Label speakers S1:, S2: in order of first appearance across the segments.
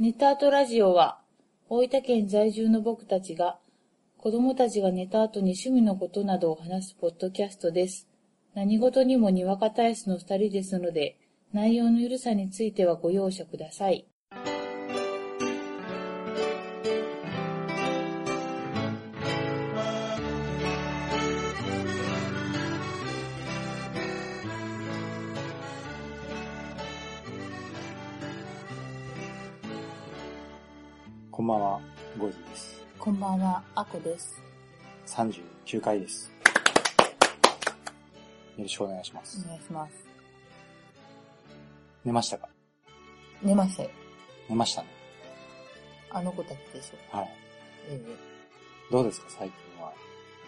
S1: ネタ後ラジオは、大分県在住の僕たちが、子供たちが寝た後に趣味のことなどを話すポッドキャストです。何事にもにわか体質の二人ですので、内容のゆるさについてはご容赦ください。
S2: こんばんは、ゴーズです。
S1: こんばんは、あこです。
S2: 39回です。よろしくお願いします。
S1: お願いします。
S2: 寝ましたか
S1: 寝ましたよ。
S2: 寝ましたね。
S1: あの子たちでしょ。
S2: はい。
S1: え
S2: どうですか、最近は。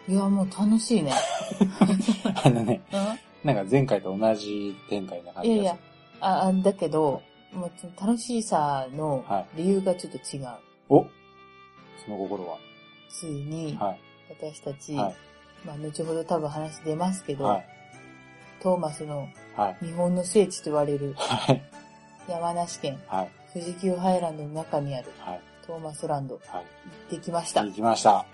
S1: えいや、もう楽しいね。
S2: あのね、
S1: うん
S2: なんか前回と同じ展開な感
S1: いや
S2: じが
S1: いや、あ、あだけど、もうその楽しさの
S2: は
S1: 理由がちょっと違う。
S2: おその心は。
S1: ついに、
S2: は
S1: 私たち、
S2: い。は
S1: まあ、後ほど多分話出ますけ
S2: い。
S1: ど、
S2: はい。
S1: トーマスの
S2: はい。
S1: 日本の聖地と言われる
S2: はい。
S1: 山梨県
S2: はい。
S1: 富士急ハイランドの中にある
S2: はい。
S1: トーマスランド、行
S2: はい。
S1: ってきました。あ
S2: 行きました。あ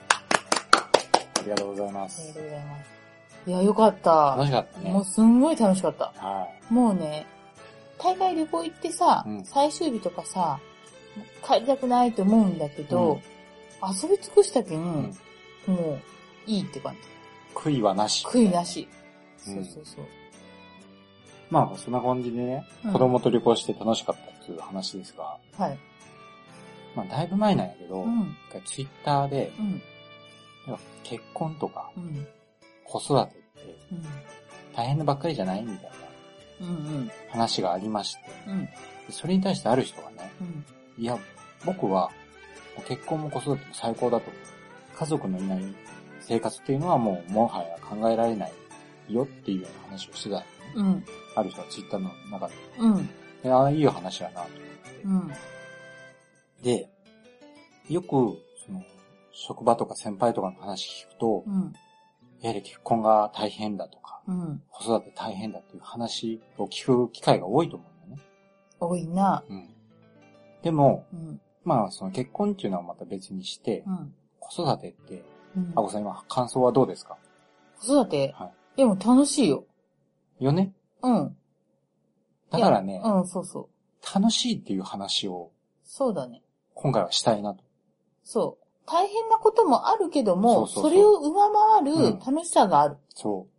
S2: りがとうございま
S1: りが
S2: す
S1: と。うございます。いや、よかった。
S2: 楽しかったね
S1: もう。すんごい楽しかった。
S2: は
S1: もうね、大概旅行行ってさ、
S2: うん
S1: 最終日とかさ、帰りたくないと思うんだけど、遊び尽くしたけん、もう、いいって感じ。
S2: い。悔いはなし。
S1: 悔いな。し。
S2: う
S1: そうんそうそう。
S2: まあ、そんな感じでね、
S1: うん
S2: 子供と旅行して楽しかったっていう話ですが、
S1: はい。
S2: まあ、だいぶ前なんやけど、
S1: うん、
S2: ツイッターで、
S1: うん、
S2: 要は結婚とか
S1: うん、
S2: 子育てって
S1: うん、
S2: 大変なばっかりじゃないみたい
S1: うん、うん、
S2: な話がありまして、
S1: うん、
S2: それに対してある人がね、
S1: うん、
S2: いや、僕はもう結婚も子育ても最高だと。家族のいない生活っていうのはもうもはや考えられないよっていうような話をしてた。
S1: うん、
S2: ある人はツイッターの中で。
S1: うん、
S2: でああ、いい話やなと思って。
S1: うん、
S2: で、よく、その、職場とか先輩とかの話聞くと、
S1: うん、
S2: やはり結婚が大変だとか、
S1: うん、
S2: 子育て大変だっていう話を聞く機会が多いと思うんだよね。
S1: 多いな。
S2: うん。でも、
S1: うん、
S2: まあその結婚っていうのはまた別にして、
S1: うん、
S2: 子育てって、
S1: うん。
S2: あこさん今感想はどうですか
S1: 子育て、
S2: は
S1: でも楽しいよ。
S2: よね
S1: うん。
S2: だからね
S1: い、やうん、そうそう。
S2: 楽しいっていう話を
S1: そうだね。
S2: 今回はしたいなと。
S1: そう。大変なこともあるけども、そ
S2: そうそうそう
S1: れを上回
S2: うん
S1: る楽しさがある。
S2: そう。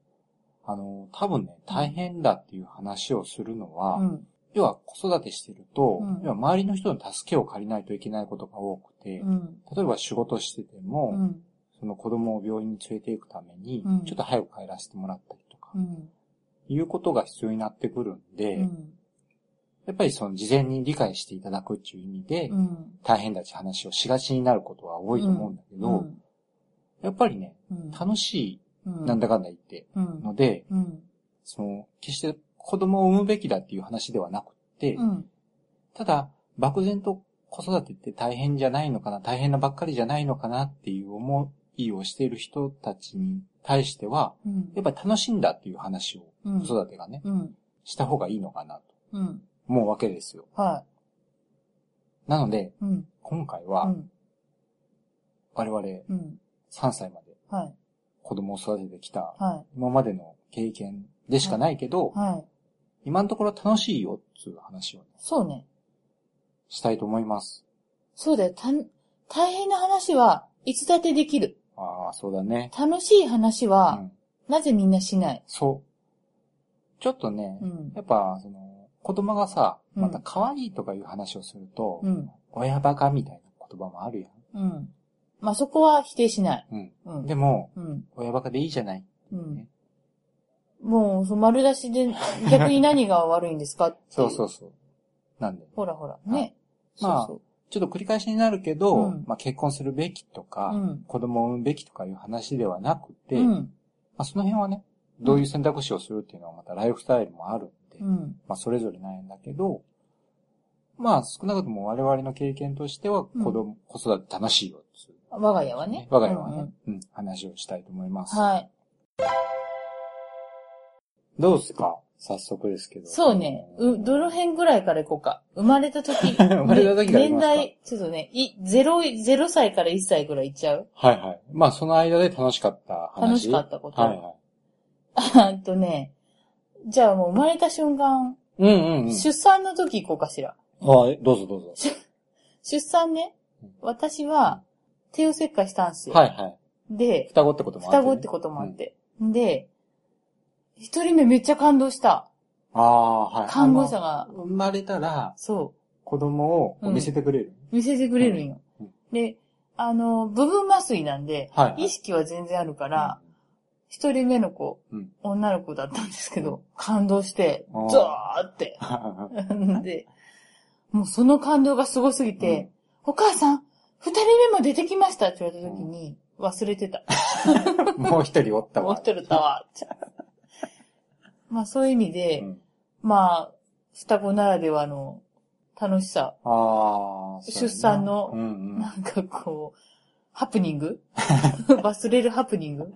S2: あの、多分ね、大変だっていう話をするのは、
S1: うん。
S2: 要は子育てしてると、
S1: うん
S2: 要は周りの人の助けを借りないといけないことが多くて、
S1: うん。
S2: 例えば仕事してても、
S1: うん。
S2: その子供を病院に連れて行くために
S1: うん、
S2: ちょっと早く帰らせてもらったりとか
S1: う、ん。
S2: いうことが必要になってくるんで、
S1: うん。
S2: やっぱりその事前に理解していただくっていう意味で、
S1: うん。
S2: 大変だって話をしがちになることは多いと思うんだけど、
S1: うん。
S2: やっぱりね、
S1: うん。
S2: 楽し
S1: うん
S2: い、なんだかんだ言って、
S1: うん。
S2: ので、
S1: うん。
S2: その、決して子供を産むべきだっていう話ではなくて、
S1: うん。
S2: ただ、漠然と子育てって大変じゃないのかな、大変なばっかりじゃないのかなっていう思いをしている人たちに対しては、
S1: うん。
S2: やっぱり楽しんだっていう話を、
S1: うん。
S2: 子育てがね、
S1: うん。
S2: した方がいいのかなと
S1: うん。
S2: 思うわけですよ。
S1: は
S2: なので、
S1: い。うん。
S2: 今回
S1: う
S2: は、
S1: ん。
S2: 我々
S1: うん。
S2: 3歳まで
S1: はい。
S2: 子供を育ててきた、
S1: は
S2: 今までの経験でしかないけど
S1: い。、はい。
S2: 今のところ楽しいよっていう話をね、
S1: そうね。
S2: したいと思います。
S1: そうだよ。たん、大変な話はいつだってできる。
S2: ああ、そうだね。
S1: 楽しい話は、
S2: うん、
S1: なぜみんなしない。
S2: そう。ちょっとね、
S1: うん。
S2: やっぱ、その、子供がさ、
S1: うん
S2: また可愛いとかいう話をすると、
S1: うん。
S2: 親バカみたいな言葉もあるや
S1: うん。まあ、そこは否定しない。
S2: ん。
S1: う
S2: うん。
S1: ん。
S2: でも、
S1: うん。
S2: 親バカでいいじゃない。
S1: うん
S2: ね。
S1: もう、その丸出 しで、逆に何が悪いんですかってい。
S2: そうそううそう。なんで、
S1: ほらほら、
S2: は
S1: ね
S2: い。まあ
S1: そう
S2: ちょっと繰り返しになるけど、
S1: うん
S2: まあ結婚するべきと
S1: そ
S2: か、
S1: う。うん。
S2: 子供を産むべきとかいう話ではなくて、
S1: う
S2: ま
S1: ん。
S2: あその辺はね、どういう選択肢をするっていうのはまたライフスタイルもあるんで、
S1: うん。
S2: まあそれぞれなんだけど、まあ少なくとも我々の経験としては、
S1: うん
S2: 子供、子育て楽しいよっていう
S1: 我が家はね。
S2: 我が家はね、
S1: う
S2: うんん
S1: うん
S2: 話をしたいと思います。
S1: はい。
S2: どうですか早速ですけど。
S1: そうね。う、どの辺ぐらいから行こうか。生まれた時。
S2: 生まれた時から
S1: 年
S2: 行きますか
S1: 代、ちょっとね、い、0、ゼロ歳から1歳ぐらい行っちゃう
S2: はいはい。まあ、その間で楽しかった話。
S1: 楽しかったこと
S2: はいはい。
S1: あとね、じゃあもう生まれた瞬間、
S2: うんうんうん。
S1: 出産の時行こうかしら。
S2: あえどうぞどうぞ。
S1: 出産ね
S2: うん、
S1: 私は帝王切開したんですよ。
S2: はいはい。
S1: で、
S2: 双子ってこともあって、
S1: 双子ってこともあって。で、一人目めっちゃ感動した。
S2: と。ああ、はい。
S1: 看護師さん
S2: あ
S1: が、
S2: の生まれたら、
S1: そ
S2: 子供をこう見せてくれる。
S1: う、見せてくれるんよ
S2: うんうん。
S1: で、あの、部分麻酔なんで
S2: はいは、い
S1: 意識は全然あるから、一人目の子
S2: うん、
S1: 女の子だったんですけど、感動して
S2: あー、
S1: ザーって。で、もうその感動がすごすぎて、お母さん、二人目も出てきましたって言われた時に、忘れて た。
S2: もう一人おった
S1: もう
S2: わ。
S1: 一人だわ。ってまあそういう意味で、
S2: うん
S1: まあ、双子ならではの楽しさ、
S2: ああ、そうやな
S1: 出産の
S2: うんうん
S1: なんかこう、ハプニン グ忘れるハプニング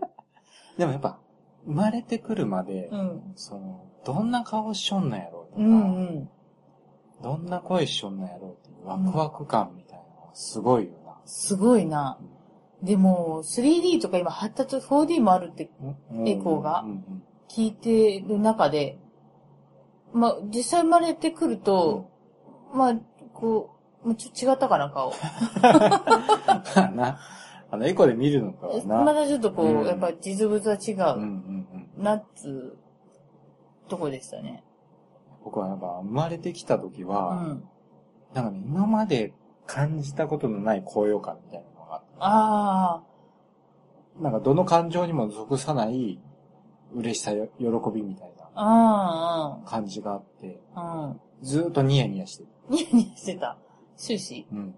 S2: でもやっぱ、生まれてくるまで、
S1: うん。
S2: その、どんな顔しょんのやろうと
S1: うん
S2: か、
S1: うん。
S2: どんな声しょんのやろうっていうワクワク感みたいなのがすごいよ
S1: すごいな。でも、3D とか今発達 4D もあるって
S2: な。
S1: エコーが
S2: うんうん
S1: 聞いてる中で、まあ、実際生まれてくると、まあ、こう、もうちょっと違ったかな、顔。
S2: まあな、 あの、エコーで見るのかはな。
S1: まだちょっとこう、
S2: うん
S1: やっぱ実物は違
S2: うんうん
S1: う、
S2: うん。
S1: なっつうとこでしたね。
S2: 僕はやっぱ生まれてきた時
S1: う
S2: は、
S1: ん。
S2: なんかね、今まで感じたことのない高揚感みたいなのがあって
S1: あ
S2: なんかどの感情にも属さない嬉しさよ、喜びみたいな
S1: あ、あ
S2: 感じがあって、
S1: あ、うん、うん。
S2: ずーっとニヤニヤしてる。
S1: ニヤニヤしてた。終始。
S2: うん。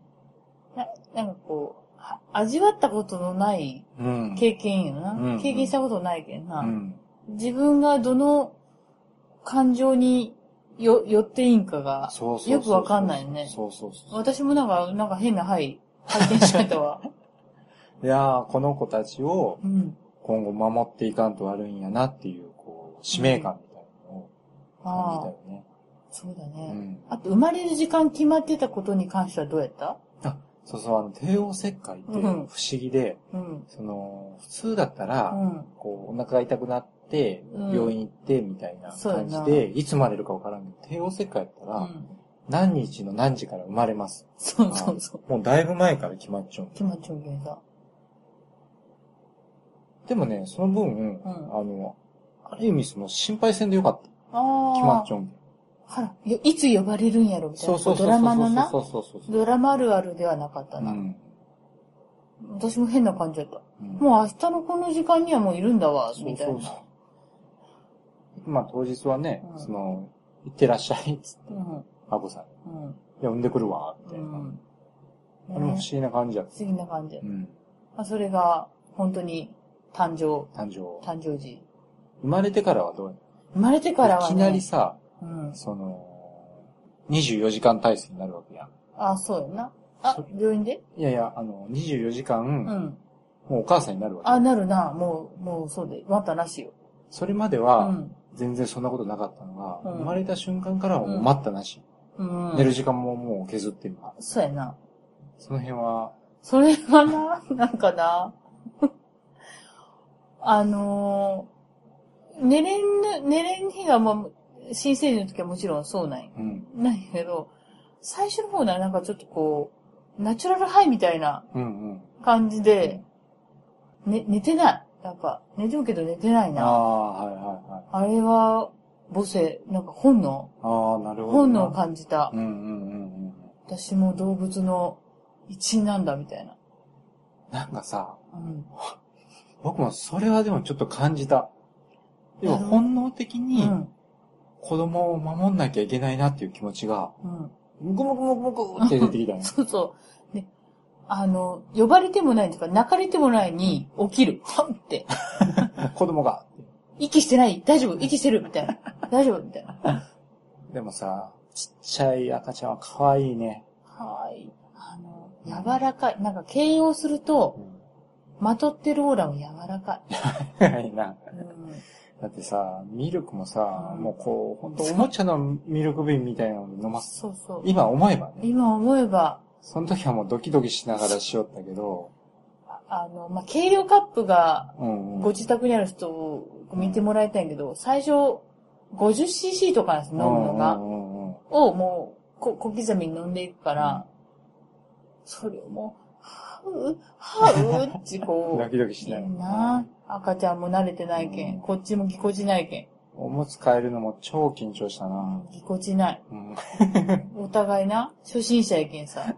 S1: ななんかこう、は味わったことのない
S2: うん。
S1: 経験よな。
S2: うん
S1: 経験したことないけんな。
S2: うん。
S1: 自分がどの感情によ、寄っていいんかが、
S2: そうそうそう
S1: よくわかんないよね
S2: そうそうそう。
S1: 私もなんか、なんか変なはい、拝見しちゃった わ。
S2: いやー、この子たちを
S1: うん。
S2: 今後守っていかんと悪いんやなっていう、こう、使命感みたいなのを
S1: あ
S2: 感
S1: あ、
S2: じたよね。
S1: そうだ
S2: う
S1: ね。
S2: ん。
S1: あと、生まれる時間決まってたことに関してはどうやった
S2: あ、そうそう、あの、帝王切開って
S1: うん
S2: 不思議で、
S1: うん。
S2: その、普通だった
S1: う
S2: ら、
S1: ん。
S2: こう、お腹が痛くなって、
S1: うん
S2: 病院行って、みたいな
S1: そうや
S2: 感
S1: な
S2: じで、いつ生まれるかわからんけど、帝王切開やった
S1: う
S2: ら、
S1: ん。
S2: 何日の何時から生まれます。
S1: そうそうそう。
S2: もうだいぶ前から決まっちゃう。
S1: 気持ちよけんだ。
S2: でもね、その分、あの、ある意味その心配戦でよかった。
S1: ああ。
S2: 決まっちゃうん。
S1: あら、よいつ呼ばれるんやろみたいな。こうドラマのな
S2: そ、うそうそうそう。
S1: ドラマあるあるではなかった
S2: う
S1: な。
S2: ん。
S1: 私も変な感じだった。
S2: も
S1: もう明日のこの時間にはもういるんだわ、みたいな。
S2: う。まあ当日はね、
S1: うん
S2: その、行ってらっしゃいっつって、
S1: うん。
S2: あこさん、
S1: うん。
S2: 呼んでくるわ、みた
S1: う
S2: いな。
S1: ん。
S2: あれも不思議な感じやっ
S1: 不思議な感じ
S2: た。う。ん。
S1: まあ、それが、本当に、誕生、
S2: 誕生。
S1: 誕生時。
S2: 生まれてからはどうやっ
S1: 生まれて
S2: た
S1: からはいね。
S2: きなりさ、
S1: うん。
S2: その、24時間体制になるわけやん。
S1: あ、そうやな。あ
S2: そ、
S1: 病院で
S2: いやいや、あの、24時間、
S1: うん。
S2: もうお母さんになるわけ。
S1: あ、なるな。もう、もうそうで。またなしよ。
S2: それまで
S1: う
S2: は、
S1: ん。
S2: 全然そんなことなかったのが、
S1: うん
S2: 生まれた瞬間からはもう待ったなし。
S1: うん。
S2: 寝る時間ももう削ってるから
S1: そうやな。
S2: その辺は、
S1: それがな、 なんかな。あのー、寝れんぬ、寝れん日がもう、新生児の時はもちろんそうなんよ
S2: うん、
S1: なんやけど、最初の方な、なんかちょっとこう、ナチュラルハイみたいな
S2: うん、うん。
S1: 感じで、ね、寝てない。やっぱ、寝てるけど寝てない
S2: あ
S1: な。あ
S2: あ、はいはいはい。
S1: れは、母性、なんか本能
S2: ああ、なるほど。
S1: 本能を感じた。
S2: うんうんうんうん。
S1: 私も動物の一員なんだ、みたいな。
S2: なんかさ、
S1: うん。
S2: 僕もそれはでもちょっと感じた。要は
S1: なるほど
S2: 本能的
S1: う
S2: に
S1: ん。
S2: 子供を守んなきゃいけないなっていう気持ちが、
S1: うん。
S2: ムクムクムクムクって出てきたね。
S1: そうそう。で、あの、呼ばれてもないとか、泣かれてもないに、起きる。パンって。
S2: 子供が。
S1: 息してない大丈夫息してるみたいな。大丈夫みたいな。
S2: でもさ、ちっちゃい赤ちゃんは可愛いね。
S1: はい。あの、柔らかい。なんか形容すると、まとってるオーラも柔らかい。
S2: はいな。
S1: うん
S2: だってさ、ミルクもさ、
S1: うん
S2: もうこう、本当おもちゃのミルク瓶みたいなので飲ます。
S1: そうそう。
S2: 今思えばね。
S1: 今思えば、
S2: その時はもうドキドキしながらしよったけど、
S1: あの、まあ、軽量カップが
S2: うん、う
S1: ご
S2: ん。
S1: 自宅にある人を見てもらいたいんやけど、最初 50cc とかなんです、飲むの
S2: う
S1: が。
S2: んうんうんうん
S1: をもうこ小刻みに飲んでいくから、それをもう、はう、はうって こ
S2: ド
S1: う、
S2: キドキし
S1: い
S2: ない。
S1: いなあ赤ちゃんも慣れてないけ
S2: うん
S1: ん、こっちもぎこちないけ
S2: おむつ変えるのも超緊張したな。
S1: ん、ぎこちない。
S2: うん、
S1: お互いな、初心者やけんさ、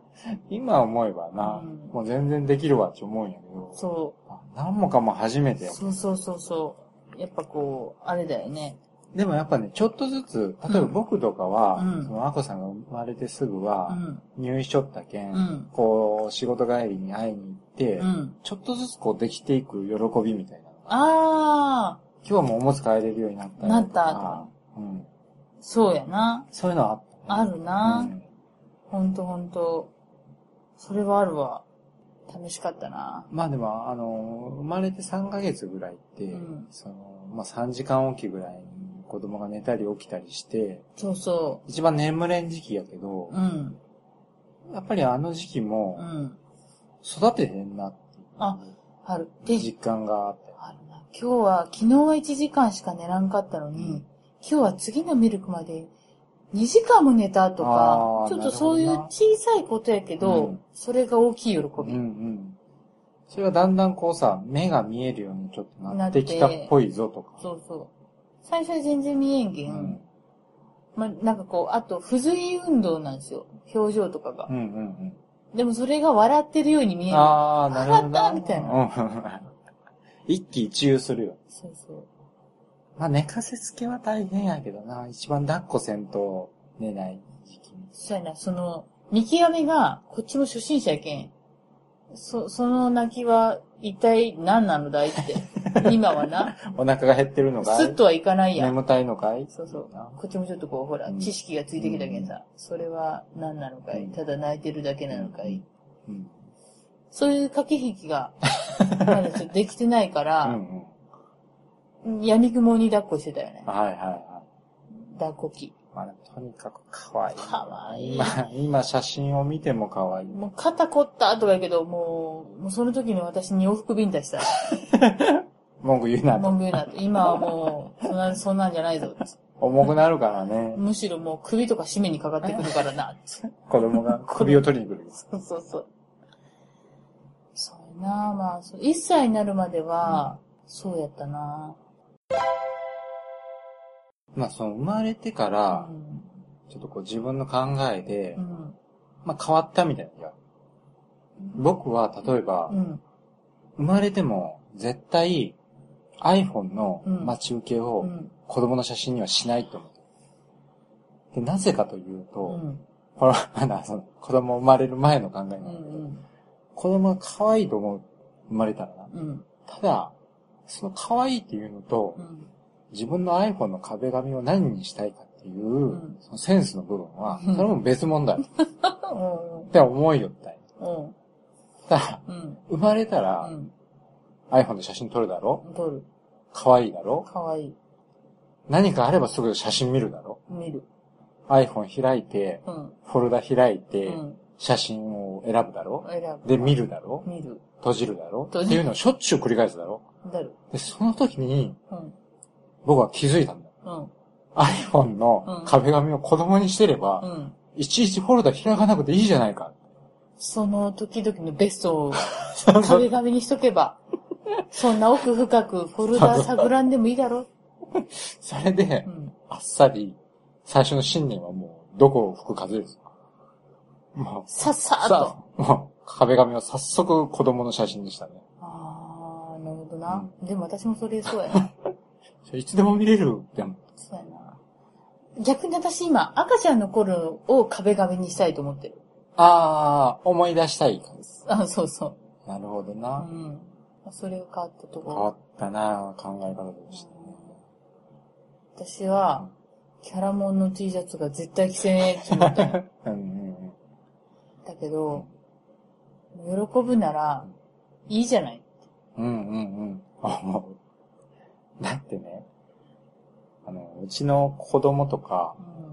S2: 今思えばな、
S1: うん
S2: もう全然できるわって思うんやけど、
S1: そ
S2: あ何もかも初め
S1: う、
S2: てや。
S1: そうそうそうそう、やっぱこう、あれだよね。
S2: でもやっぱね、ちょっとずつ、例えば僕とかは、
S1: うん
S2: そのあこさんが生まれてすぐ
S1: う
S2: は、
S1: ん、
S2: 入院しとったけん、
S1: うん、
S2: こう、仕事帰りに会いに行って、
S1: うん。
S2: ちょっとずつこうできていく喜びみたいなのが。
S1: ああ、
S2: 今日もおむつ変えれるようになったよとか
S1: なったとか
S2: うん。
S1: そうやな。
S2: そういうのはあったね、
S1: あるな、
S2: うん
S1: ほんとほんと。それはあるわ。楽しかったな。
S2: まあでも、あの、生まれて3ヶ月ぐらいって、
S1: うん
S2: その、まあ3時間おきぐらいに子供が寝たり起きたりして、
S1: そうそ
S2: 一番眠れん時期やけど
S1: う。う、ん。
S2: やっぱりあの時期
S1: う
S2: も
S1: ん。
S2: 育てへんなっていう
S1: あある。で、
S2: 実感があったよ。
S1: あるな。今日は、昨日は1時間しか寝らんかったのに、
S2: うん
S1: 今日は次のミルクまで2時間も寝たとか
S2: あ、ー
S1: ちょっとそういう
S2: なるほどな
S1: 小さいことやけど、
S2: うん
S1: それが大きい喜び。
S2: うんうん。それがだんだんこうさ、目が見えるようにちょっとなってきたっぽいぞとか。
S1: そうそう。最初は全然見えんけん。
S2: うん
S1: まあ、なんかこう、あと、不随運動なんですよ。表情とかが
S2: う。んうん
S1: でもそれが笑ってるように見
S2: う
S1: え
S2: ん。
S1: る。
S2: ああ、なるほど。
S1: 上がったみたい
S2: な。うん。 一喜一憂するよ。
S1: そうそう。
S2: まあ寝かせつけは大変やけどな。一番抱っこせんと寝ない時期に。
S1: そうやな、その、見極めが、こっちも初心者やけん。そ、その泣きは、一体何なのだい って。今はな、
S2: お腹が減ってるのかい
S1: スッとはいかないやん。
S2: 眠たいのかい
S1: そうそう
S2: な。
S1: こっちもちょっとこう、ほら
S2: う、ん
S1: 知識がついてきたけんさ、それは何なのか
S2: う
S1: い
S2: ん
S1: ただ泣いてるだけなのかい
S2: うん。
S1: そういう駆け引きが、まだちょっとできてないか
S2: うんう
S1: ら、
S2: ん。
S1: 闇雲に抱っこしてたよね。
S2: はいはいはい。
S1: 抱っこ機。
S2: まあでもとにかく可愛い。
S1: 可愛い
S2: 今、今写真を見ても可愛い。
S1: もう肩凝ったとか言うけど、もう、もうその時の私に洋服便出したら。
S2: 文句言うなと。
S1: 文句言うなと。今はもう、そんな、そんなんじゃないぞ。
S2: 重くなるからね。
S1: むしろもう首とか締めにかかってくるからな。
S2: 子供が首を取りに来る。
S1: そうそうそう。そうやなまあ、そう1歳になるまでは、そうやったな
S2: まあその生まれてか
S1: う
S2: ら、
S1: ん。
S2: ちょっとこう自分の考えで、
S1: うん。
S2: まあ変わったみたいな。僕は例えば、
S1: うん。
S2: 生まれても絶対 iPhone の
S1: うん
S2: 待ち受け
S1: う
S2: を
S1: ん。
S2: 子供の写真にはしないと思ってる。で、なぜかというと、
S1: うん。
S2: これはまだその 子供生まれる前の考えなんだけ
S1: う
S2: ど、
S1: ん。
S2: 子供が可愛いと思う、生まれたらな。
S1: うん。
S2: ただ、その可愛いっていうのと、
S1: うん。
S2: 自分の iPhone の壁紙を何にしたいかっていう、
S1: ん
S2: そのセンスの部分は、
S1: うん
S2: それも別問題。っ
S1: うん。
S2: て思いよったんよ
S1: うん。
S2: ただ、
S1: うん。
S2: 生まれた
S1: う
S2: ら、
S1: ん。
S2: iPhone で写真撮るだろ
S1: 撮る。
S2: 可愛いだろ
S1: かわいい。
S2: 何かあればすぐ写真見るだろ
S1: 見る。
S2: ?iPhone 開いて、
S1: うん。
S2: フォルダ開いうて、
S1: ん。
S2: 写真を選ぶだろ
S1: 選ぶ。
S2: で、見るだろ
S1: 見る。
S2: 閉じるだろ
S1: 閉
S2: っ
S1: じ
S2: て
S1: る
S2: いうのをしょっちゅう繰り返すだろ
S1: だる。
S2: で、その時に
S1: うん。
S2: 僕は気づいたんだ。
S1: うん。
S2: iPhone の壁紙を子供にしてれば、
S1: うん。
S2: いちいちフォルダ開かなくていいじゃないか。
S1: その時々のベストを壁紙にしとけば、そんな奥深くフォルダ探らんでもいいだろ。
S2: それで
S1: う、ん。
S2: あっさり、最初の信念はもう、どこを吹く風です。もう、
S1: さっさーっ
S2: さ
S1: と。
S2: あ、もう、壁紙を早速子供の写真でしたね。
S1: あー、なるほどな。でも私もそれそうやな。
S2: それいつでも見れるでも、
S1: そうやな。逆に私今、赤ちゃんの頃を壁紙にしたいと思ってる。
S2: あー、思い出したい感じです。
S1: あ、そうそ
S2: なるほど
S1: う。う
S2: な。
S1: ん。それが変わったとこ
S2: 変
S1: ろ。
S2: わったな考え方としてね。
S1: 私は、キャラモンの T シャツが絶対着せねえって思ったんや
S2: うんうんうん。
S1: だけど、喜ぶなら、いいじゃない。
S2: うんうんうん。思う。だってね、あの、うちの子供とか、
S1: うん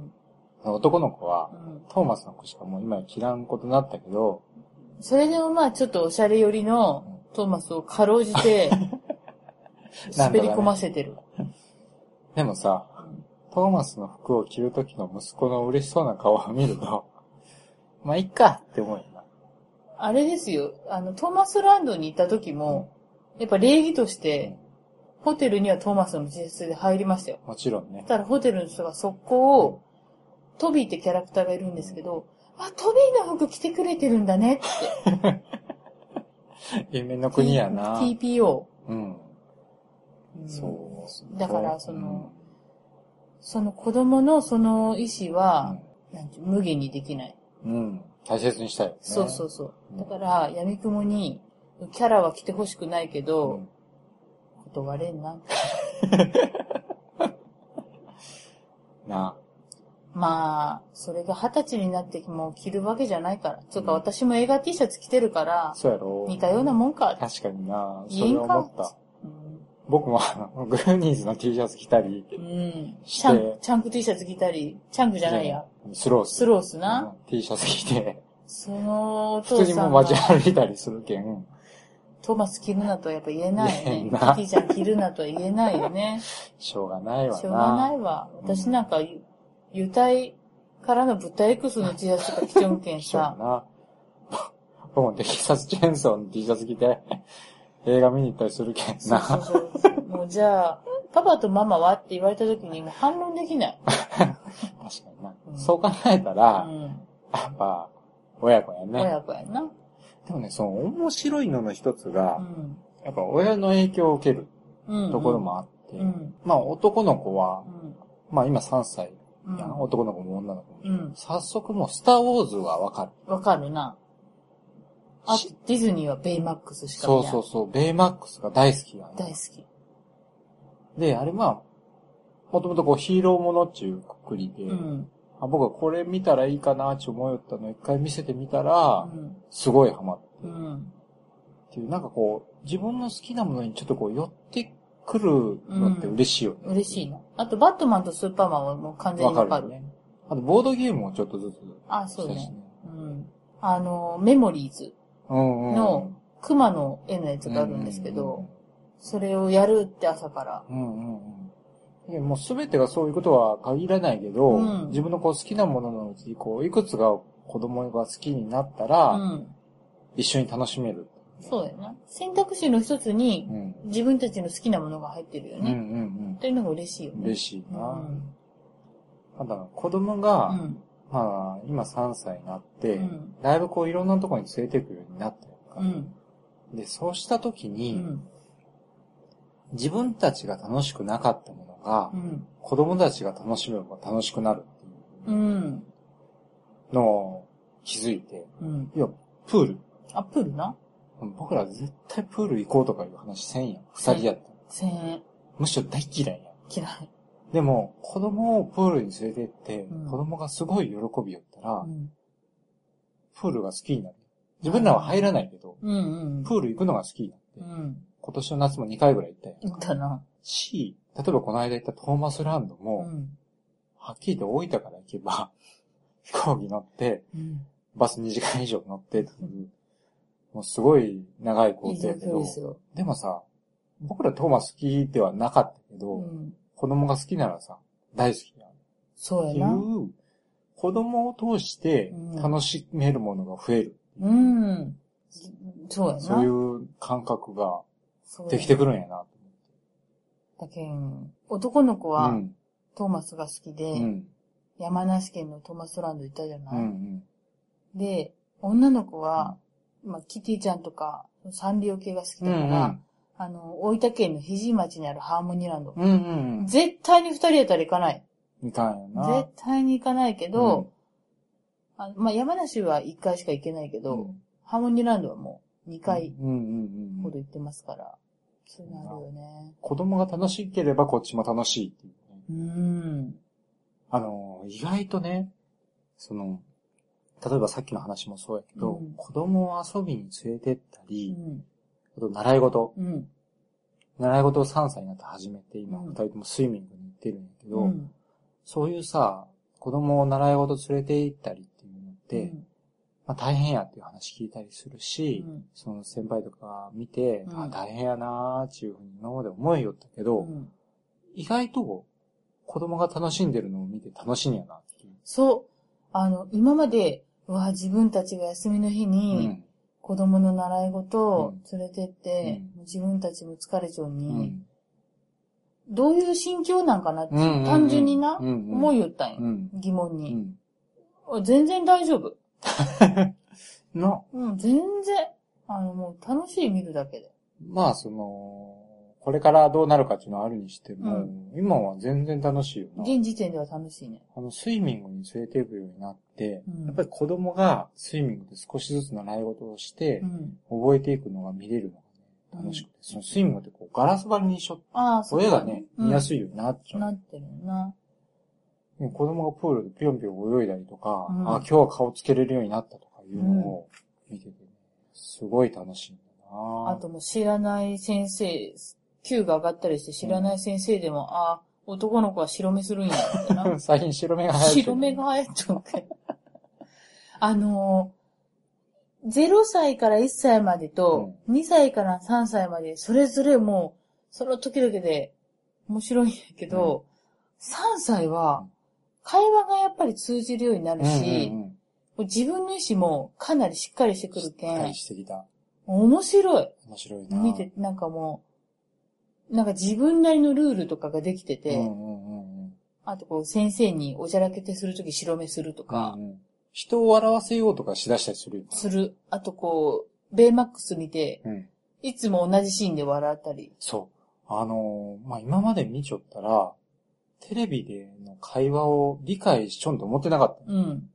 S2: 男の子は
S1: う、ん
S2: トーマスの子しかもう今切らんことになったけど、
S1: それでもまあちょっとおしゃれ寄りのトーマスをかろうじ て滑り込ませてる。
S2: でもさ、トーマスの服を着るときの息子の嬉しそうな顔を見ると、 まあ、いっかって思うよな。
S1: あれですよ、あの、トーマスランドに行った時も、やっぱ礼儀として、ホテルにはトーマスの T シャツで入りましたよ。
S2: もちろんね
S1: そし。たらホテルの人が速攻を、トビーってキャラクターがいるんですけど、あ、トビーの服着てくれてるんだねって。
S2: 夢の国やな。
S1: TPO。
S2: うん。
S1: うん
S2: そう。
S1: だからその、その子供のその意思は、なんていう無限にできない。
S2: うん、うん。大切にしたいよね。
S1: そうそうそうう。
S2: ん
S1: だから、闇雲に、キャラは来てほしくないけ
S2: う
S1: ど
S2: ん、。
S1: 断れんな。
S2: な
S1: まあ、それが二十歳になっても着るわけじゃないから。つうか、
S2: うん
S1: 私も映画 T シャツ着てるから、
S2: そうやろ。
S1: 似たようなもんか。
S2: 確かになそ
S1: 言え
S2: れ
S1: ん
S2: は
S1: か
S2: 思った。
S1: うん。
S2: 僕もあの、 グーニーズの T シャツ着たり、
S1: うん
S2: して
S1: チャンク、チャンク T シャツ着たり、チャンクじゃないや。
S2: スロー
S1: ス
S2: ス。
S1: ロースな。
S2: うん T シャツ着て、
S1: そのお
S2: 普
S1: 父
S2: 通に
S1: さ
S2: もうん
S1: が
S2: 街歩いたりするけん、
S1: トーマス着るなとはやっぱ言えないよ
S2: 言えん
S1: ね
S2: な。
S1: T ちゃん着るなとは言えないよ ね。
S2: しょうがないわな。
S1: しょうがないわ。
S2: うん
S1: 私なんか、油体からの豚 X の T シャツとか着ちゃうけん
S2: しょうが
S1: さ、
S2: な。 僕もテキサスチェーンソーの T シャツ着て、映画見に行ったりするけん
S1: そうそ
S2: な。
S1: うそう。もうじゃあ、パパとママはって言われた時にもう反論できない。
S2: 確かにな。
S1: うん
S2: そう考えた
S1: う
S2: ら、
S1: ん。
S2: やっぱ、親子やね。
S1: 親子やな。
S2: でもね、その面白いのの一つ
S1: う
S2: が、
S1: ん。
S2: やっぱ親の影響を受ける
S1: うん。
S2: ところもあって
S1: う、ん。
S2: まあ男の子は
S1: う、ん。
S2: まあ今3歳
S1: うん。
S2: やん、男の子も女の子も。
S1: うん。
S2: 早速もうスターウォーズはわかる。
S1: わかるな。あ
S2: し
S1: ディズニーはベイマックスしか見な
S2: そう
S1: い。
S2: そうそう、ベイマックスが大好きなの。
S1: 大好き。
S2: で、あれまあ、もともとこうヒーローものっていうくくりで、
S1: うん。
S2: あ僕はこれ見たらいいかなって思いよったのを一回見せてみた
S1: う
S2: ら、
S1: ん。
S2: すごいハマっ
S1: うん。
S2: ていう、なんかこう、自分の好きなものにちょっとこう寄ってくるのって嬉しいよね。
S1: 嬉しいな。あと、バットマンとスーパーマンはもう完全にわかる。
S2: よね。あと、ボードゲームもちょっとずつ
S1: あ、
S2: した
S1: そう
S2: し
S1: ね。。うん。あの、メモリーズ
S2: うんうんうん。
S1: の熊の絵のやつがあるんですけど、それをやるって朝から。
S2: うんうんうん。いや、もうすべてがそういうことは限らないけど、
S1: うん
S2: 自分のこう好きなもののうち、こう、いくつが子供が好きになった
S1: う
S2: ら、
S1: ん。
S2: 一緒に楽しめる。
S1: そうやな。選択肢の一つに
S2: う、ん。
S1: 自分たちの好きなものが入ってるよ
S2: うんう
S1: ね。
S2: ん
S1: というのが嬉しいよ
S2: うん。
S1: ね。
S2: 嬉
S1: し
S2: しいうな。
S1: ん。
S2: ただ、子供が、
S1: うん。
S2: まあ、今3歳になって、
S1: うん
S2: だいぶこういろんなところに連れていくようになったやんか
S1: うん。
S2: で、そうしたとき
S1: う
S2: に、
S1: ん。
S2: 自分たちが楽しくなかったものが、
S1: うん。
S2: 子供たちが楽しめば楽しくなるってい
S1: うん。
S2: うのを気づいて、
S1: うん。
S2: いや、プール。
S1: あ、プールな
S2: 僕ら絶対プール行こうとかいう話せんやん。二人やったら。
S1: 千円。
S2: むしろ大嫌いや
S1: 嫌い。
S2: ん。でも、子供をプールに連れてって、
S1: うん
S2: 子供がすごい喜びよったら、
S1: うん。
S2: プールが好きになる。自分らは入らないけど、
S1: うんうん。
S2: プール行くのが好きになって、
S1: うん。
S2: 今年の夏も2回ぐらい行ったよ。
S1: いったな。
S2: し、例えばこの間行ったトーマスランド
S1: う
S2: も、
S1: ん。
S2: はっきり言って大分から行けば、 飛行機乗って、
S1: うん。
S2: バス2時間以上乗ってっていう、もうすごい長い
S1: い
S2: 行
S1: い
S2: 程
S1: 状
S2: やけ
S1: 況
S2: ど
S1: で、すよ。
S2: でもさ、僕らトーマス好きではなかったけ
S1: う
S2: ど、
S1: ん。
S2: 子供が好きならさ、大好きやん。
S1: そう
S2: ってい
S1: やな。
S2: う、子供を通して楽しめるものが増える。
S1: うん。そうやな。
S2: そういう感覚が
S1: そう
S2: できて
S1: く
S2: くるんやな。
S1: だけん、男の子
S2: う
S1: は
S2: ん。
S1: トーマスが好きで、
S2: うん。
S1: 山梨県のトーマスランド行ったじゃない、
S2: うん。
S1: で、女の子は、まあ、キティちゃんとか、サンリオ系が好き
S2: う
S1: だから、
S2: ん。
S1: あの、大分県の肘町にあるハーモニーランド。
S2: うん。うん。
S1: 絶対に二人やったら行かない。
S2: いかんよな。
S1: 絶対に行かないけど、あのまあ、山梨は一回しか行けないけ
S2: うん、
S1: ど、ハーモニーランドはもう二回
S2: うんうんう
S1: ほ
S2: ん
S1: ど
S2: うん。
S1: 行ってますから、そういうのあるよね。
S2: 子供が楽しければこっちも楽しいっていうね。
S1: うん。
S2: あの、意外とね、その、例えばさっきの話もそうやけど、
S1: うん
S2: 子供を遊びに連れてったり、
S1: うん。
S2: あと習い事、
S1: うん。
S2: 習い事を3歳になって始めて、今、
S1: うん
S2: 二人ともスイミングに行ってるんだけど、
S1: うん。
S2: そういうさ、子供を習い事連れて行ったりっていうのって、まあ大変やっていう話聞いたりするし、
S1: うん
S2: その先輩とか見て、
S1: うん
S2: あ大変やなーっていうふうに今まで思いよったけど、
S1: うん、うん。
S2: 意外と子供が楽しんでるのを見て楽しいんやなっていう。
S1: そう。あの、今まで、うわ、自分たちが休みの日
S2: う
S1: に、
S2: ん
S1: 子供の習い事を連れてって、
S2: うん
S1: もう自分たちも疲れちゃう
S2: う
S1: に、
S2: ん
S1: どういう心境なんかなって、
S2: うん
S1: 単純にな、
S2: うんうん
S1: 思いよったんよ。
S2: うん
S1: 疑問
S2: う
S1: に、
S2: ん
S1: あ全然大丈夫。
S2: の、
S1: うん、全然。あの、もう楽しい見るだけで。
S2: まあその、これからどうなるかっていうのはあるにしても、
S1: う
S2: 今は全然楽しいよな。
S1: 現時点では楽しいね。
S2: あの、スイミングに連れて行くようになって、
S1: うん
S2: やっぱり子供がスイミングで少しずつ習い事をして
S1: う、ん。
S2: 覚えていくのが見れるのがね、楽しくて。そのスイミングってこう、ガラス張りにしょ、
S1: ああ、そう
S2: 親
S1: だ
S2: がね、見や
S1: い、
S2: すいようになっち
S1: う
S2: ゃ
S1: ん
S2: う。
S1: なってるな。
S2: ね子供がプールでぴょんぴょん泳いだりとか、
S1: うん
S2: あ、今日は顔つけれるようになったとかいうのを見てて、すごい楽しいんだな
S1: あともう知らない先生、級が上がったりして知らない先生でも、ああ、男の子は白目するんやってな。
S2: 最近白目が生えてる。
S1: 白目が生えちゃうけど。あのー、0歳から1歳までと、2歳から3歳まで、それぞれもう、その時々で面白いんやけど、3歳は、会話がやっぱり通じるようになる
S2: うん
S1: し、
S2: うんうん。
S1: 自分の意思もかなりしっかりしてくるけ
S2: しっか
S1: ん
S2: り、してきた。
S1: 面白い。
S2: 面白いな
S1: 見て、なんかもう、なんか自分なりのルールとかができて
S2: うん
S1: て、
S2: うんうんうん。
S1: あとこう先生におじゃらけてするとき白目するとか、
S2: うんうん人を笑わせようとかしだしたりするよな
S1: する。あとこう、ベイマックス見て、
S2: うん。
S1: いつも同じシーンで笑ったり。
S2: そう。あのーまあ、今まで見ちょったら、テレビでの会話を理解しちょんと思ってなかった。
S1: うん。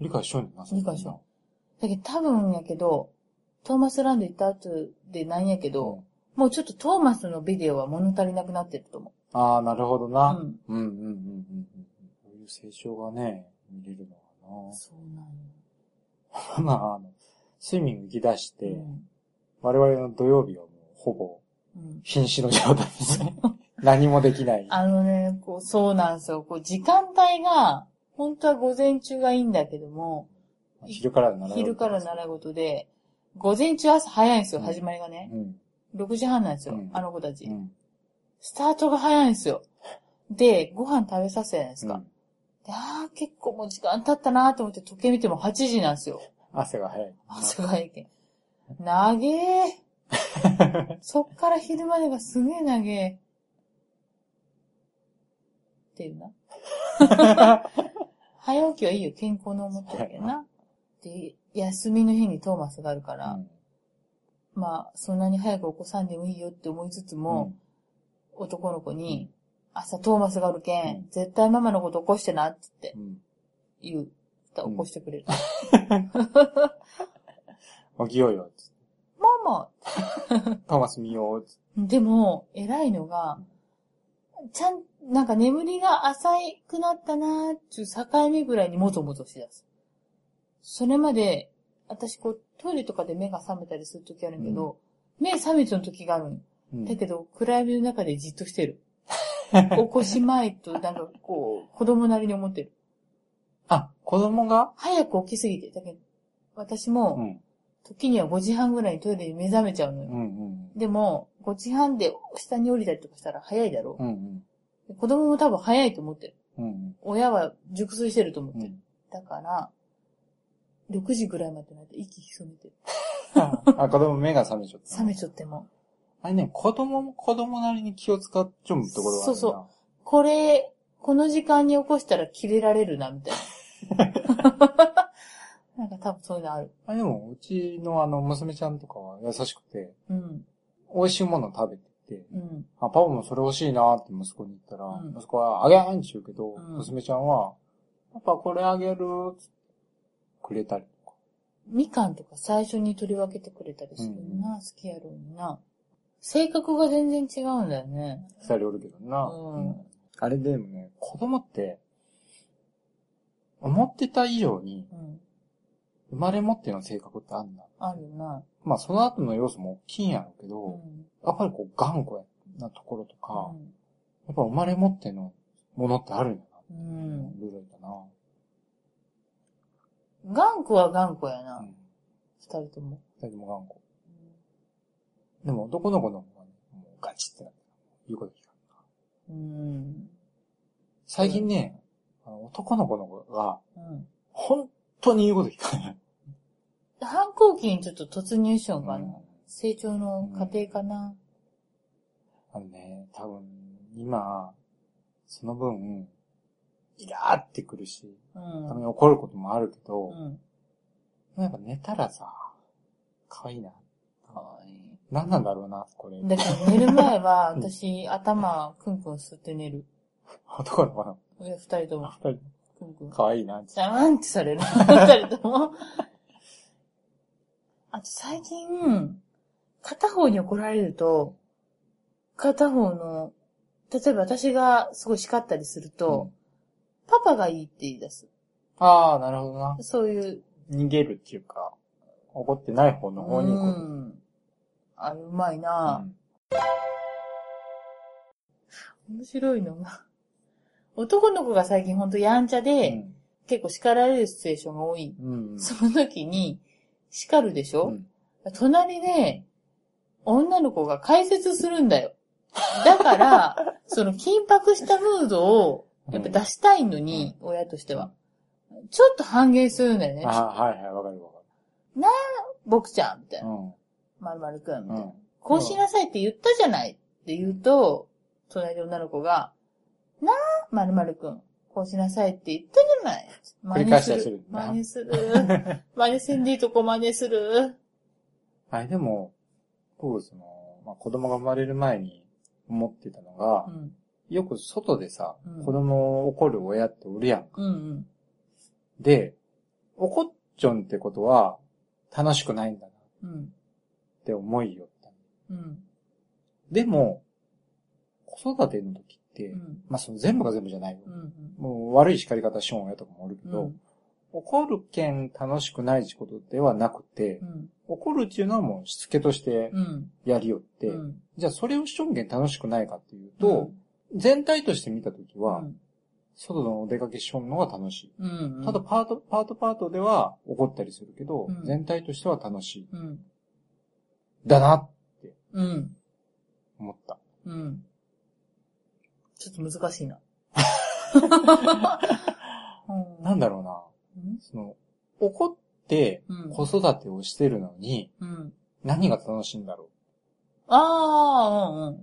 S2: 理解しちょんのな、
S1: 理解しちょんだけど多分やけど、トーマスランド行った後でなんやけ
S2: う
S1: ど、
S2: ん
S1: もうちょっとトーマスのビデオは物足りなくなってると思
S2: ああ、なるほど
S1: う。
S2: な。
S1: うん。
S2: うんうんうんうんうんうん。こういう成長がね、見れるの
S1: そうなんよ
S2: かな。ま あ、あの、スイミング行き出して、
S1: うん
S2: 我々の土曜日はもうほぼ
S1: うん。
S2: 瀕死の状態ですね。何もできない。
S1: あのね、こう、そうなんですよ。こう、時間帯が、本当は午前中がいいんだけども、
S2: 昼から習い事
S1: 昼から習い事で、午前中朝早いんですよ、
S2: うん
S1: 始まりがね。
S2: うん。
S1: 6時半なんですよ、
S2: うん
S1: あの子たち。
S2: うん。
S1: スタートが早いんですよ。で、ご飯食べさせたじゃないですか。
S2: うん
S1: であー結構もう時間経ったなーと思って時計見ても8時なんですよ。
S2: 汗が早い。
S1: 朝が早いけん。長え ー。そっから昼までがすげえ長え。っていうな。早起きはいいよ、健康の思ってるけどな。で、休みの日にトーマスがあるから、
S2: うん
S1: まあ、そんなに早く起こさんでもいいよって思いつつも、男の子に、朝トーマスがあるけん、
S2: うん
S1: 絶対ママのこと起こしてなって言って
S2: うん、うん
S1: 言う。たら起こしてくれる。
S2: 起きようよ。つって
S1: ママ
S2: トーマス見よう。つって
S1: でも、偉いのが、ちゃん、なんか眠りが浅いくなったなーっていう境目ぐらいにもともとしだす。それまで、私こう、トイレとかで目が覚めたりするときあるんやけど、目覚めちゃうときがあるんよ
S2: うん
S1: だけど、暗闇の中でじっとして る。起こしまいと、なんかこう、子供なりに思ってる。
S2: あ、子供が
S1: 早く起きすぎて。だけど、私も、
S2: ん。
S1: 時には5時半ぐらいにトイレに目覚めちゃうの
S2: う
S1: よ。
S2: んうん。
S1: でも、5時半で下に降りたりとかしたら早いだろ
S2: うんうん。
S1: う。子供も多分早いと思ってる。
S2: うん
S1: 親は熟睡してると思っ
S2: うん。う
S1: てる。
S2: ん。
S1: だから、6時ぐらいまでなって息潜めてる。
S2: あ、子供目が覚めちゃった。
S1: 冷めちゃっても。
S2: あれね、子供も子供なりに気を使っちょむところがある
S1: そうそこれ、この時間に起こしたら切れられるな、みたい な。なんか多分そういうのある。
S2: う。あ、でも、うちのあの、娘ちゃんとかは優しくて、
S1: うん。
S2: 美味しいもの食べてて、
S1: うん。
S2: あ、パパもそれ欲しいなって息子に言ったら、
S1: うん
S2: 息子はあげないんちゅうけど、
S1: うん
S2: 娘ちゃんは、パパこれあげるっつってくれたりとか。
S1: みかんとか最初に取り分けてくれたりするな、好きやろうな。性格が全然違うんだよね。
S2: 二人おるけどな。
S1: うん
S2: あれでもね、子供って、思ってた以上に、
S1: うん。
S2: 生まれ持っての性格ってあんな。
S1: あるな。
S2: まあ、その後の要素も大きいんやろうけ
S1: う
S2: ど、
S1: ん。
S2: やっぱりこう、頑固や。なところとか、
S1: うん
S2: やっぱ生まれ持ってのものってあるんだな。
S1: うん。
S2: ルールだな。
S1: 頑固は頑固やな。
S2: うん。
S1: 二人とも。
S2: 二人とも頑固。でも男の子の方がね、もうガチってなって、言うこと聞か
S1: う
S2: ん。
S1: ん。
S2: 最近ね、あの男の子の子が、
S1: うん。
S2: 本当に言うこと聞かない。
S1: 反抗期にちょっと突入しようかな。
S2: うん
S1: 成長の過程かな。
S2: あのね、多分、今、その分、イラーってくるし、
S1: うん。
S2: たまに怒ることもあるけ
S1: う
S2: ど、
S1: ん。
S2: やっぱ寝たらさ、可愛いな。
S1: かわいい。
S2: 何なんだろうな、これ。
S1: だから寝る前は、
S2: うん
S1: 私、頭、くんくん吸って寝る。
S2: 男の子の
S1: いや二人とも、
S2: 二人、
S1: くんくん。
S2: 可愛いな。
S1: じゃーんってされる。 二人とも。あと最近、片方に怒られると、片方の、例えば私がすごい叱ったりすると、パパがいいって言い出す。
S2: ああ、なるほどな。
S1: そういう。
S2: 逃げるっていうか、怒ってない方の方に
S1: う
S2: 行く。
S1: ん。あれ、うまいうな、
S2: ん
S1: 面白いのが。 男の子が最近ほんとやんちゃで、結構叱られるシチュエーションが多い。
S2: うん。うん。
S1: その時に、叱るでしょ、
S2: うん
S1: 隣で、女の子が解説するんだよ。だ から、その緊迫したムードを、やっぱ出したいのに、親としては。ちょっと半減するんだよね。
S2: ああ、はいはい、わかるわか
S1: 僕ちゃん、みたい
S2: る。
S1: な。
S2: う
S1: まるまるくん、みたい
S2: ん。
S1: な、
S2: うん。
S1: こうしなさいって言ったじゃないって言うと、隣で女の子が、なあ、まるまるくん、こうしなさいって言ったじゃない。
S2: 繰り返したりする
S1: 真似する。真似する。 真似せんでいいとこ真似する。
S2: はい、でも、僕、その、まあ、子供が生まれる前に思ってたのが
S1: う、ん。
S2: よく外でさ、
S1: うん
S2: 子供を怒る親っておるやん。
S1: うんうん。
S2: で、怒っちょんってことは、楽しくないんだなっ
S1: うん。
S2: て思いよった。
S1: うん。
S2: でも、子育ての時って、
S1: うん。
S2: まあ、その全部が全部じゃないよ。
S1: うん。
S2: もう悪い叱り方しようやとかもおるけ
S1: う
S2: ど、
S1: ん。
S2: 怒るけん楽しくない仕事ではなくて、
S1: うん。
S2: 怒るっていうのはもうしつけとして
S1: うん。
S2: やりよって、
S1: うん。
S2: じゃあそれをしょんげん楽しくないかっていうと、全体として見たときは、外のお出かけしょんのが楽しい。
S1: うん。
S2: ただパート、パートパートでは怒ったりするけど、
S1: うん
S2: 全体としては楽しい。
S1: うん。
S2: だなって
S1: うん。
S2: 思った。
S1: うん。ちょっと難しいな。
S2: なん
S1: だ
S2: だろうな。その、怒って
S1: うん。
S2: 子育てをしてるのに、
S1: うん。
S2: 何が楽しいんだろ
S1: ああ、
S2: う。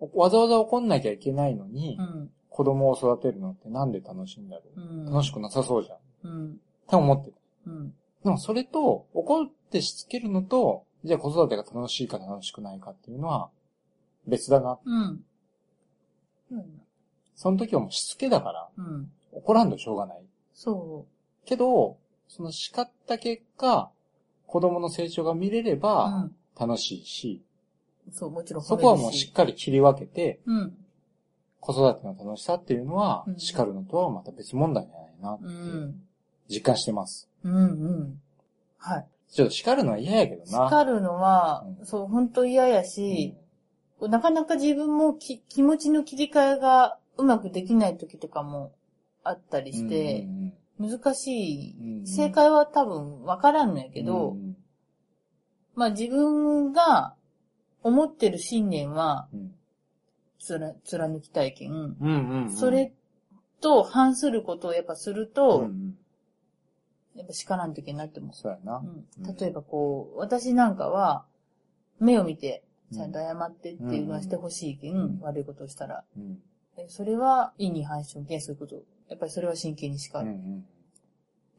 S2: おわざわざ怒んなきゃいけないのに、
S1: うんうん。
S2: 子供を育てるのってなんで楽しいんだろ
S1: う
S2: う。
S1: ん。
S2: 楽しくなさそうじゃん。っ
S1: うん。
S2: て思ってた。
S1: うん。
S2: でもそれと、怒ってしつけるのと、じゃあ子育てが楽しいか楽しくないかっていうのは、別だな。
S1: うん。うん。
S2: その時はもうしつけだから、
S1: うん。
S2: 怒らんとしょうがない。
S1: そ
S2: けど、その叱った結果、子供の成長が見れれ
S1: う。う
S2: ば
S1: ん。
S2: 楽しいし、
S1: そう、もちろん。
S2: そこはもうしっかり切り分けて、
S1: うん。
S2: 子育ての楽しさっていうのは
S1: う、ん
S2: 叱るのとはまた別問題じゃないな、
S1: うん。
S2: 実感してます。
S1: うん。うん。はい。
S2: ちょっと叱るのは嫌やけどな。
S1: 叱るのは、
S2: うん
S1: そう、本当嫌やし、なかなか自分もき気持ちの切り替えがうまくできない時とかもあったりして
S2: う、ん
S1: 難しい。
S2: うんうん
S1: 正解は多分わからんのやけど、
S2: うん
S1: まあ自分が思ってる信念は
S2: うん
S1: つら貫きたいけん、
S2: うんうんうんうん
S1: それと反することをやっぱすると、
S2: うんうん
S1: やっぱ叱らんといけないなって思う。
S2: そうやな。
S1: うん、例えばこう、私なんかは、目を見て、ちゃんと謝ってっていうのはしてほしいけん、
S2: うん
S1: 悪いことをしたら。
S2: うん。
S1: えそれは、意に反しとけん、そういうこと。やっぱりそれは真剣に叱
S2: う
S1: る。
S2: ん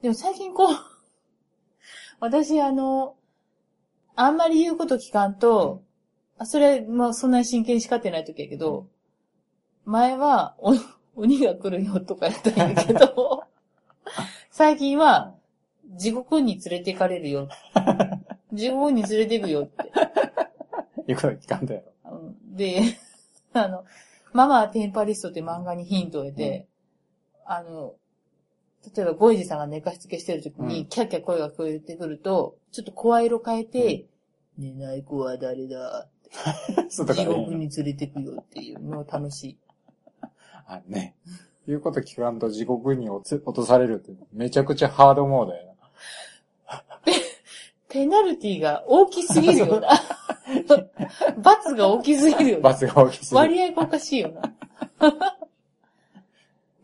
S1: でも最近こう、 私あの、あんまり言うこと聞かんと、あ、それ、まあそんなに真剣に叱ってない時やけど、前は、お、 鬼が来るよとかやったんやけ ど、最近は、地獄に連れて行かれるよ。地獄に連れて行くよって。
S2: 言うこと聞かんだ よ。
S1: うんで、 あの、ママはテンパリストって漫画にヒントを得て、あの、例えばゴイジさんが寝かしつけしてる時
S2: う
S1: に、
S2: ん
S1: キャッキャ声が聞こえてくると、ちょっと声色変えて、寝ない子は誰だって。って。
S2: そうだか
S1: 地
S2: ら
S1: 獄
S2: ね、
S1: に連れてくよっていうの楽しい。
S2: あのね、言うこと聞かんと地獄に落ち落とされるって、めちゃくちゃハードモードやな。
S1: ペナルティが大きすぎるよ な。罰が大きすぎるよな。
S2: 罰が大きすぎる。
S1: 割合がおかしいよな。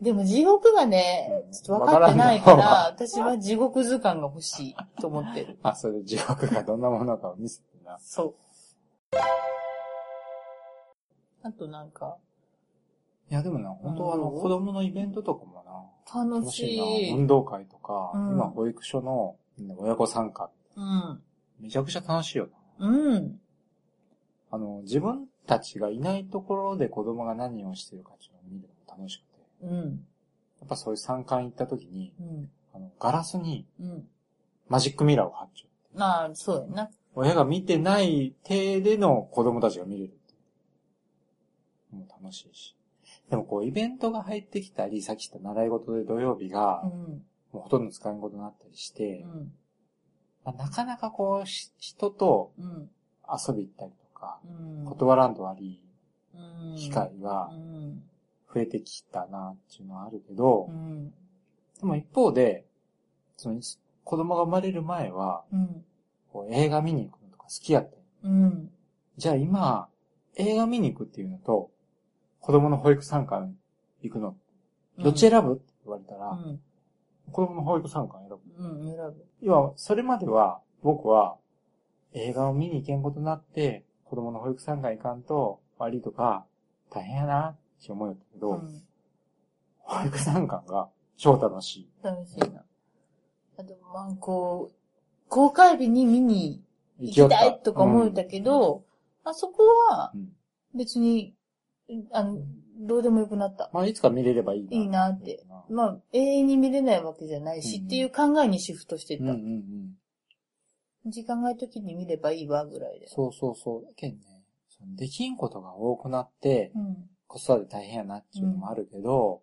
S1: でも地獄がね
S2: う、ん
S1: ちょっと分かってないか、
S2: わから
S1: 私は地獄図鑑が欲しいと思ってる。
S2: あ、それで地獄がどんなものかを見せてな。
S1: そう。あとなんか、
S2: いや、でもな、本当はあの、
S1: うん
S2: 子供のイベントとかもな、
S1: 楽
S2: 楽し
S1: し
S2: いな。
S1: い。
S2: 運動会とか、
S1: うん
S2: 今保育所のみんな親子参加、
S1: うん。
S2: めちゃくちゃ楽しいよな。
S1: うん。
S2: あの、自分たちがいないところで子供が何をしてるかっていうのを見るのも楽しくて。
S1: うん。
S2: やっぱそういう参観行った時に、
S1: うん。
S2: あの、ガラスに
S1: うん。
S2: マジックミラーを貼っちゃう。
S1: まあ、そうやな。
S2: 親が見てない体での子供たちが見れるっていう。もう楽しいし。でもこう、イベントが入ってきたり、さっき言った習い事で土曜日が
S1: う、ん。
S2: もうほとんど使い事になったりし
S1: う
S2: て、
S1: ん。
S2: まあなかなかこう、し人と
S1: うん。
S2: 遊び行ったりとか、
S1: うん。
S2: 断らんとあり、
S1: うん
S2: 機会は
S1: うん。
S2: 増えてきたなっていうのはあるけど
S1: う、ん。
S2: でも一方で、その子供が生まれる前は、
S1: うん。
S2: こう映画見に行くのとか好きやったよ
S1: うん。
S2: じゃあ今、映画見に行くっていうのと、子供の保育参観行くの、どっち選ぶって言われたら、
S1: うん。
S2: 子供の保育参観選ぶ。
S1: うん、選ぶ。
S2: 要は、それまでは、僕は、映画を見に行けんことになって、子供の保育参観行かんと、悪いとか、大変やな、って思うけど、
S1: うん。
S2: 保育参観が超楽しい。
S1: 楽しいな。あと、まあ、こう、公開日に見に行きたいとか思うんだけど、あそこは
S2: うん、うん
S1: 別に、あの、どうでもよくなった。
S2: まあ、いつか見れればいいな。
S1: いいなって。まあ、永遠に見れないわけじゃないし、
S2: うん
S1: っていう考えにシフトして
S2: う
S1: た。
S2: んうんうん。
S1: 時間がある時に見ればいいわ、ぐらいで。
S2: そうそうそう。けんね、そのできんことが多くなって、
S1: うん。
S2: 子育て大変やなっていうのもあるけど、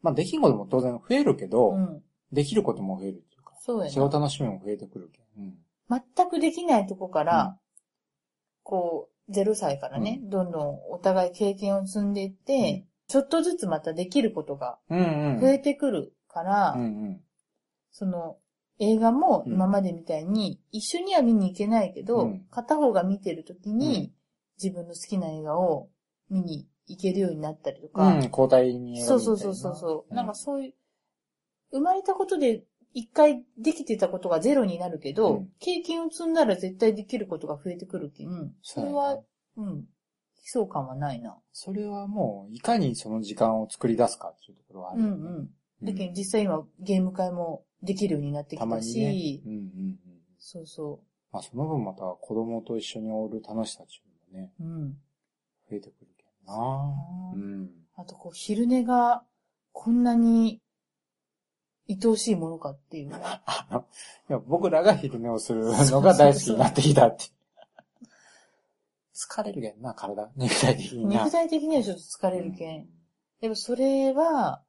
S2: まあ、できんことも当然増えるけど、
S1: うん。
S2: できることも増えるっていうか、
S1: そうや
S2: 違
S1: な。
S2: う楽しみも増えてくるけん。うん。
S1: 全くできないとこから、
S2: うん
S1: こう、0歳からね、どんどんお互い経験を積んでいって、ちょっとずつまたできることが
S2: うんうん。
S1: 増えてくるから、
S2: うんうん。
S1: その、映画も
S2: うん
S1: 今までみたいに、一緒には見に行けないけど、
S2: うん
S1: 片方が見てる時に、
S2: うん
S1: 自分の好きな映画を見に行けるようになったりと
S2: う
S1: か、
S2: ん、交代に
S1: そうそうそうそうそう、なんか
S2: そ
S1: そういう、生まれたことで一回できてたことがゼロになるけど、
S2: うん
S1: 経験を積んだら絶対できることが増えてくるけん、それ
S2: うや
S1: は
S2: な、
S1: うん、悲壮感はないな。
S2: それはもう、いかにその時間を作り出すかっていうところはあ
S1: う
S2: る
S1: ん
S2: よ
S1: う
S2: ね。
S1: ん。
S2: うん
S1: だけど実際今ゲーム会もできるようになって
S2: た
S1: き
S2: ま
S1: た
S2: に
S1: し、
S2: ね。うんうんうん。
S1: そうそ
S2: まあ、その分また子供と一緒におる楽しさっていうのもね、
S1: う。うん。
S2: 増えてくるけどなうん。
S1: あとこう、昼寝がこんなに愛おしいものかっていうのは。
S2: あの、いや僕らが昼寝をするのが大好きになってきたって。疲れるけんな、体。 肉体的にな。
S1: 肉体的にはちょっと疲れるけ
S2: うん
S1: ん。。でもそれは、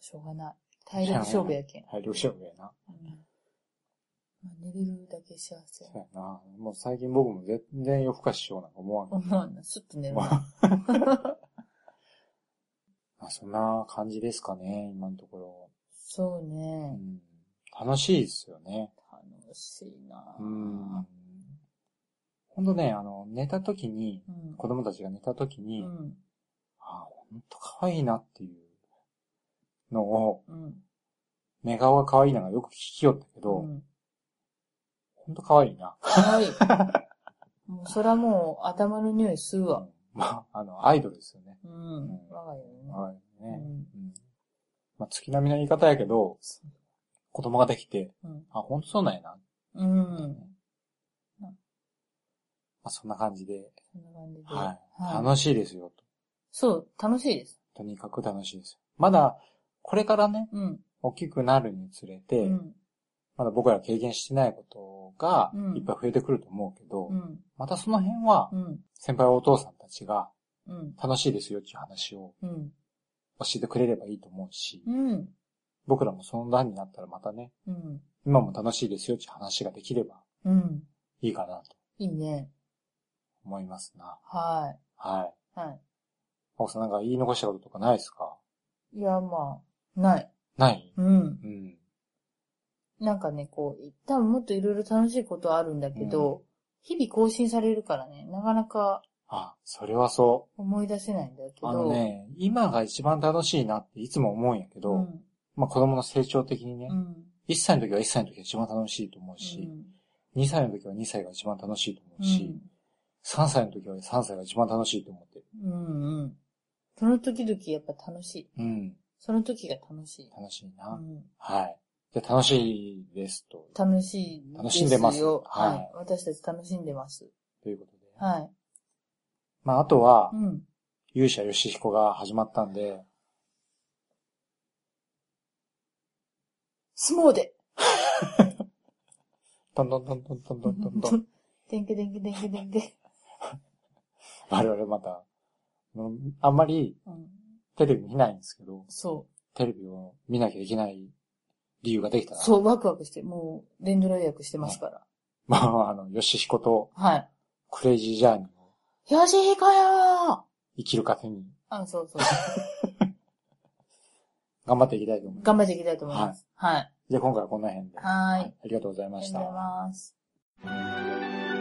S1: しょうがない。体力勝負やけん。
S2: 体力勝負やな。
S1: うんまあ、寝れるだけ幸せ
S2: そ。うやな。もう最近僕も全然夜更かししようなんか思わんけど
S1: 思わんな。すっと寝るな。
S2: まあ、そんな感じですかね、今のところ。
S1: そう
S2: う
S1: ね。
S2: ん、楽しいですよね。
S1: 楽しいな
S2: うん。ほんとね、あの、寝た時に、
S1: うん。
S2: 子供たちが寝た時
S1: う
S2: に、あ
S1: ん。
S2: あ、ほんと可愛いなっていうのを、
S1: うん。
S2: 寝顔が可愛いながよく聞きよったけど、
S1: うん。
S2: ほんと可愛いな。
S1: 可愛い。 もうそれはもう頭の匂い吸うわ。
S2: まあ、あの、アイドルですよね。
S1: うん
S2: ん。
S1: 我が家よね。
S2: はい、
S1: う
S2: ね。
S1: ん。
S2: うん。まあ、月並みの言い方やけど、子供ができて、
S1: うん
S2: あ、ほんとそうなんやな。ま
S1: うん。
S2: あ、そんな感じで、
S1: そんな感じで。
S2: はい。
S1: はい
S2: 楽しいですよ、と。
S1: そう、楽しいです。
S2: とにかく楽しいです。まだ、これからね、
S1: うん。
S2: 大きくなるにつれ
S1: う
S2: て、
S1: ん。
S2: まだ僕ら経験してないことが
S1: うん
S2: いっぱい増えてくると思うけど、
S1: うん。
S2: またその辺は
S1: う、ん。
S2: 先輩お父さんたちが
S1: うん。
S2: 楽しいですよっていう話を
S1: うん。
S2: 教えてくれればいいと思うし、
S1: うん。
S2: 僕らもその段になったらまたね、
S1: うん。
S2: 今も楽しいですよっていう話ができれば
S1: うん。
S2: いいかなと
S1: いいね。
S2: 思いますな。
S1: は
S2: はい。
S1: い。は
S2: 奥さんなんか言い残したこととかないですか
S1: い。いや、まあ、ない。
S2: ない
S1: うん。
S2: うん。
S1: なんかね、こう、多分もっといろいろ楽しいことはあるんだけど、日々更新されるからね、なかなか
S2: あ、それはそ
S1: 思い出せないんだけ
S2: う。
S1: ど。
S2: あのね、今が一番楽しいなっていつも思うんやけ
S1: う
S2: ど、
S1: ん、
S2: まあ子供の成長的にね、
S1: うん。
S2: 1歳の時は1歳の時が一番楽しいと思うし、2歳の時は2歳が一番楽しいと思
S1: う。
S2: うんし、3歳の時は3歳が一番楽しいと思ってる。
S1: うん。うんうん。その時々やっぱ楽しい。
S2: うん。
S1: その時が楽しい。
S2: 楽しいうな。
S1: ん、
S2: はい。じゃあ楽しいですと。
S1: 楽しいですよ。
S2: 楽しんでます
S1: はい、
S2: はい
S1: 私たち楽しんでます。
S2: ということで。
S1: は
S2: まああとは、
S1: い。うん。
S2: 勇者ヨシヒコが始まったんで、
S1: 相撲で
S2: トントントントントントントントン。
S1: でんけでんけでんけでんけ。
S2: 我々また、うんあんまり
S1: うん。
S2: テレビ見ないんですけど、
S1: そ
S2: テレビを見なきゃいけない理由ができた
S1: う。
S2: ら、
S1: そう、ワクワクして、もう、連ドラ予約してますから。
S2: まあ、あの、ヨシヒコと
S1: はい。
S2: クレイジージャーニーを
S1: よしひこよ
S2: 生きる糧に
S1: ーあ、そうそう。
S2: 頑張っていきたいと思います。
S1: 頑張っていきたいと思います。はい。
S2: じゃあ今回はこんな辺で。
S1: はーい。
S2: ありがとうござい
S1: あ
S2: ま
S1: り
S2: し
S1: が
S2: た。
S1: とうございます。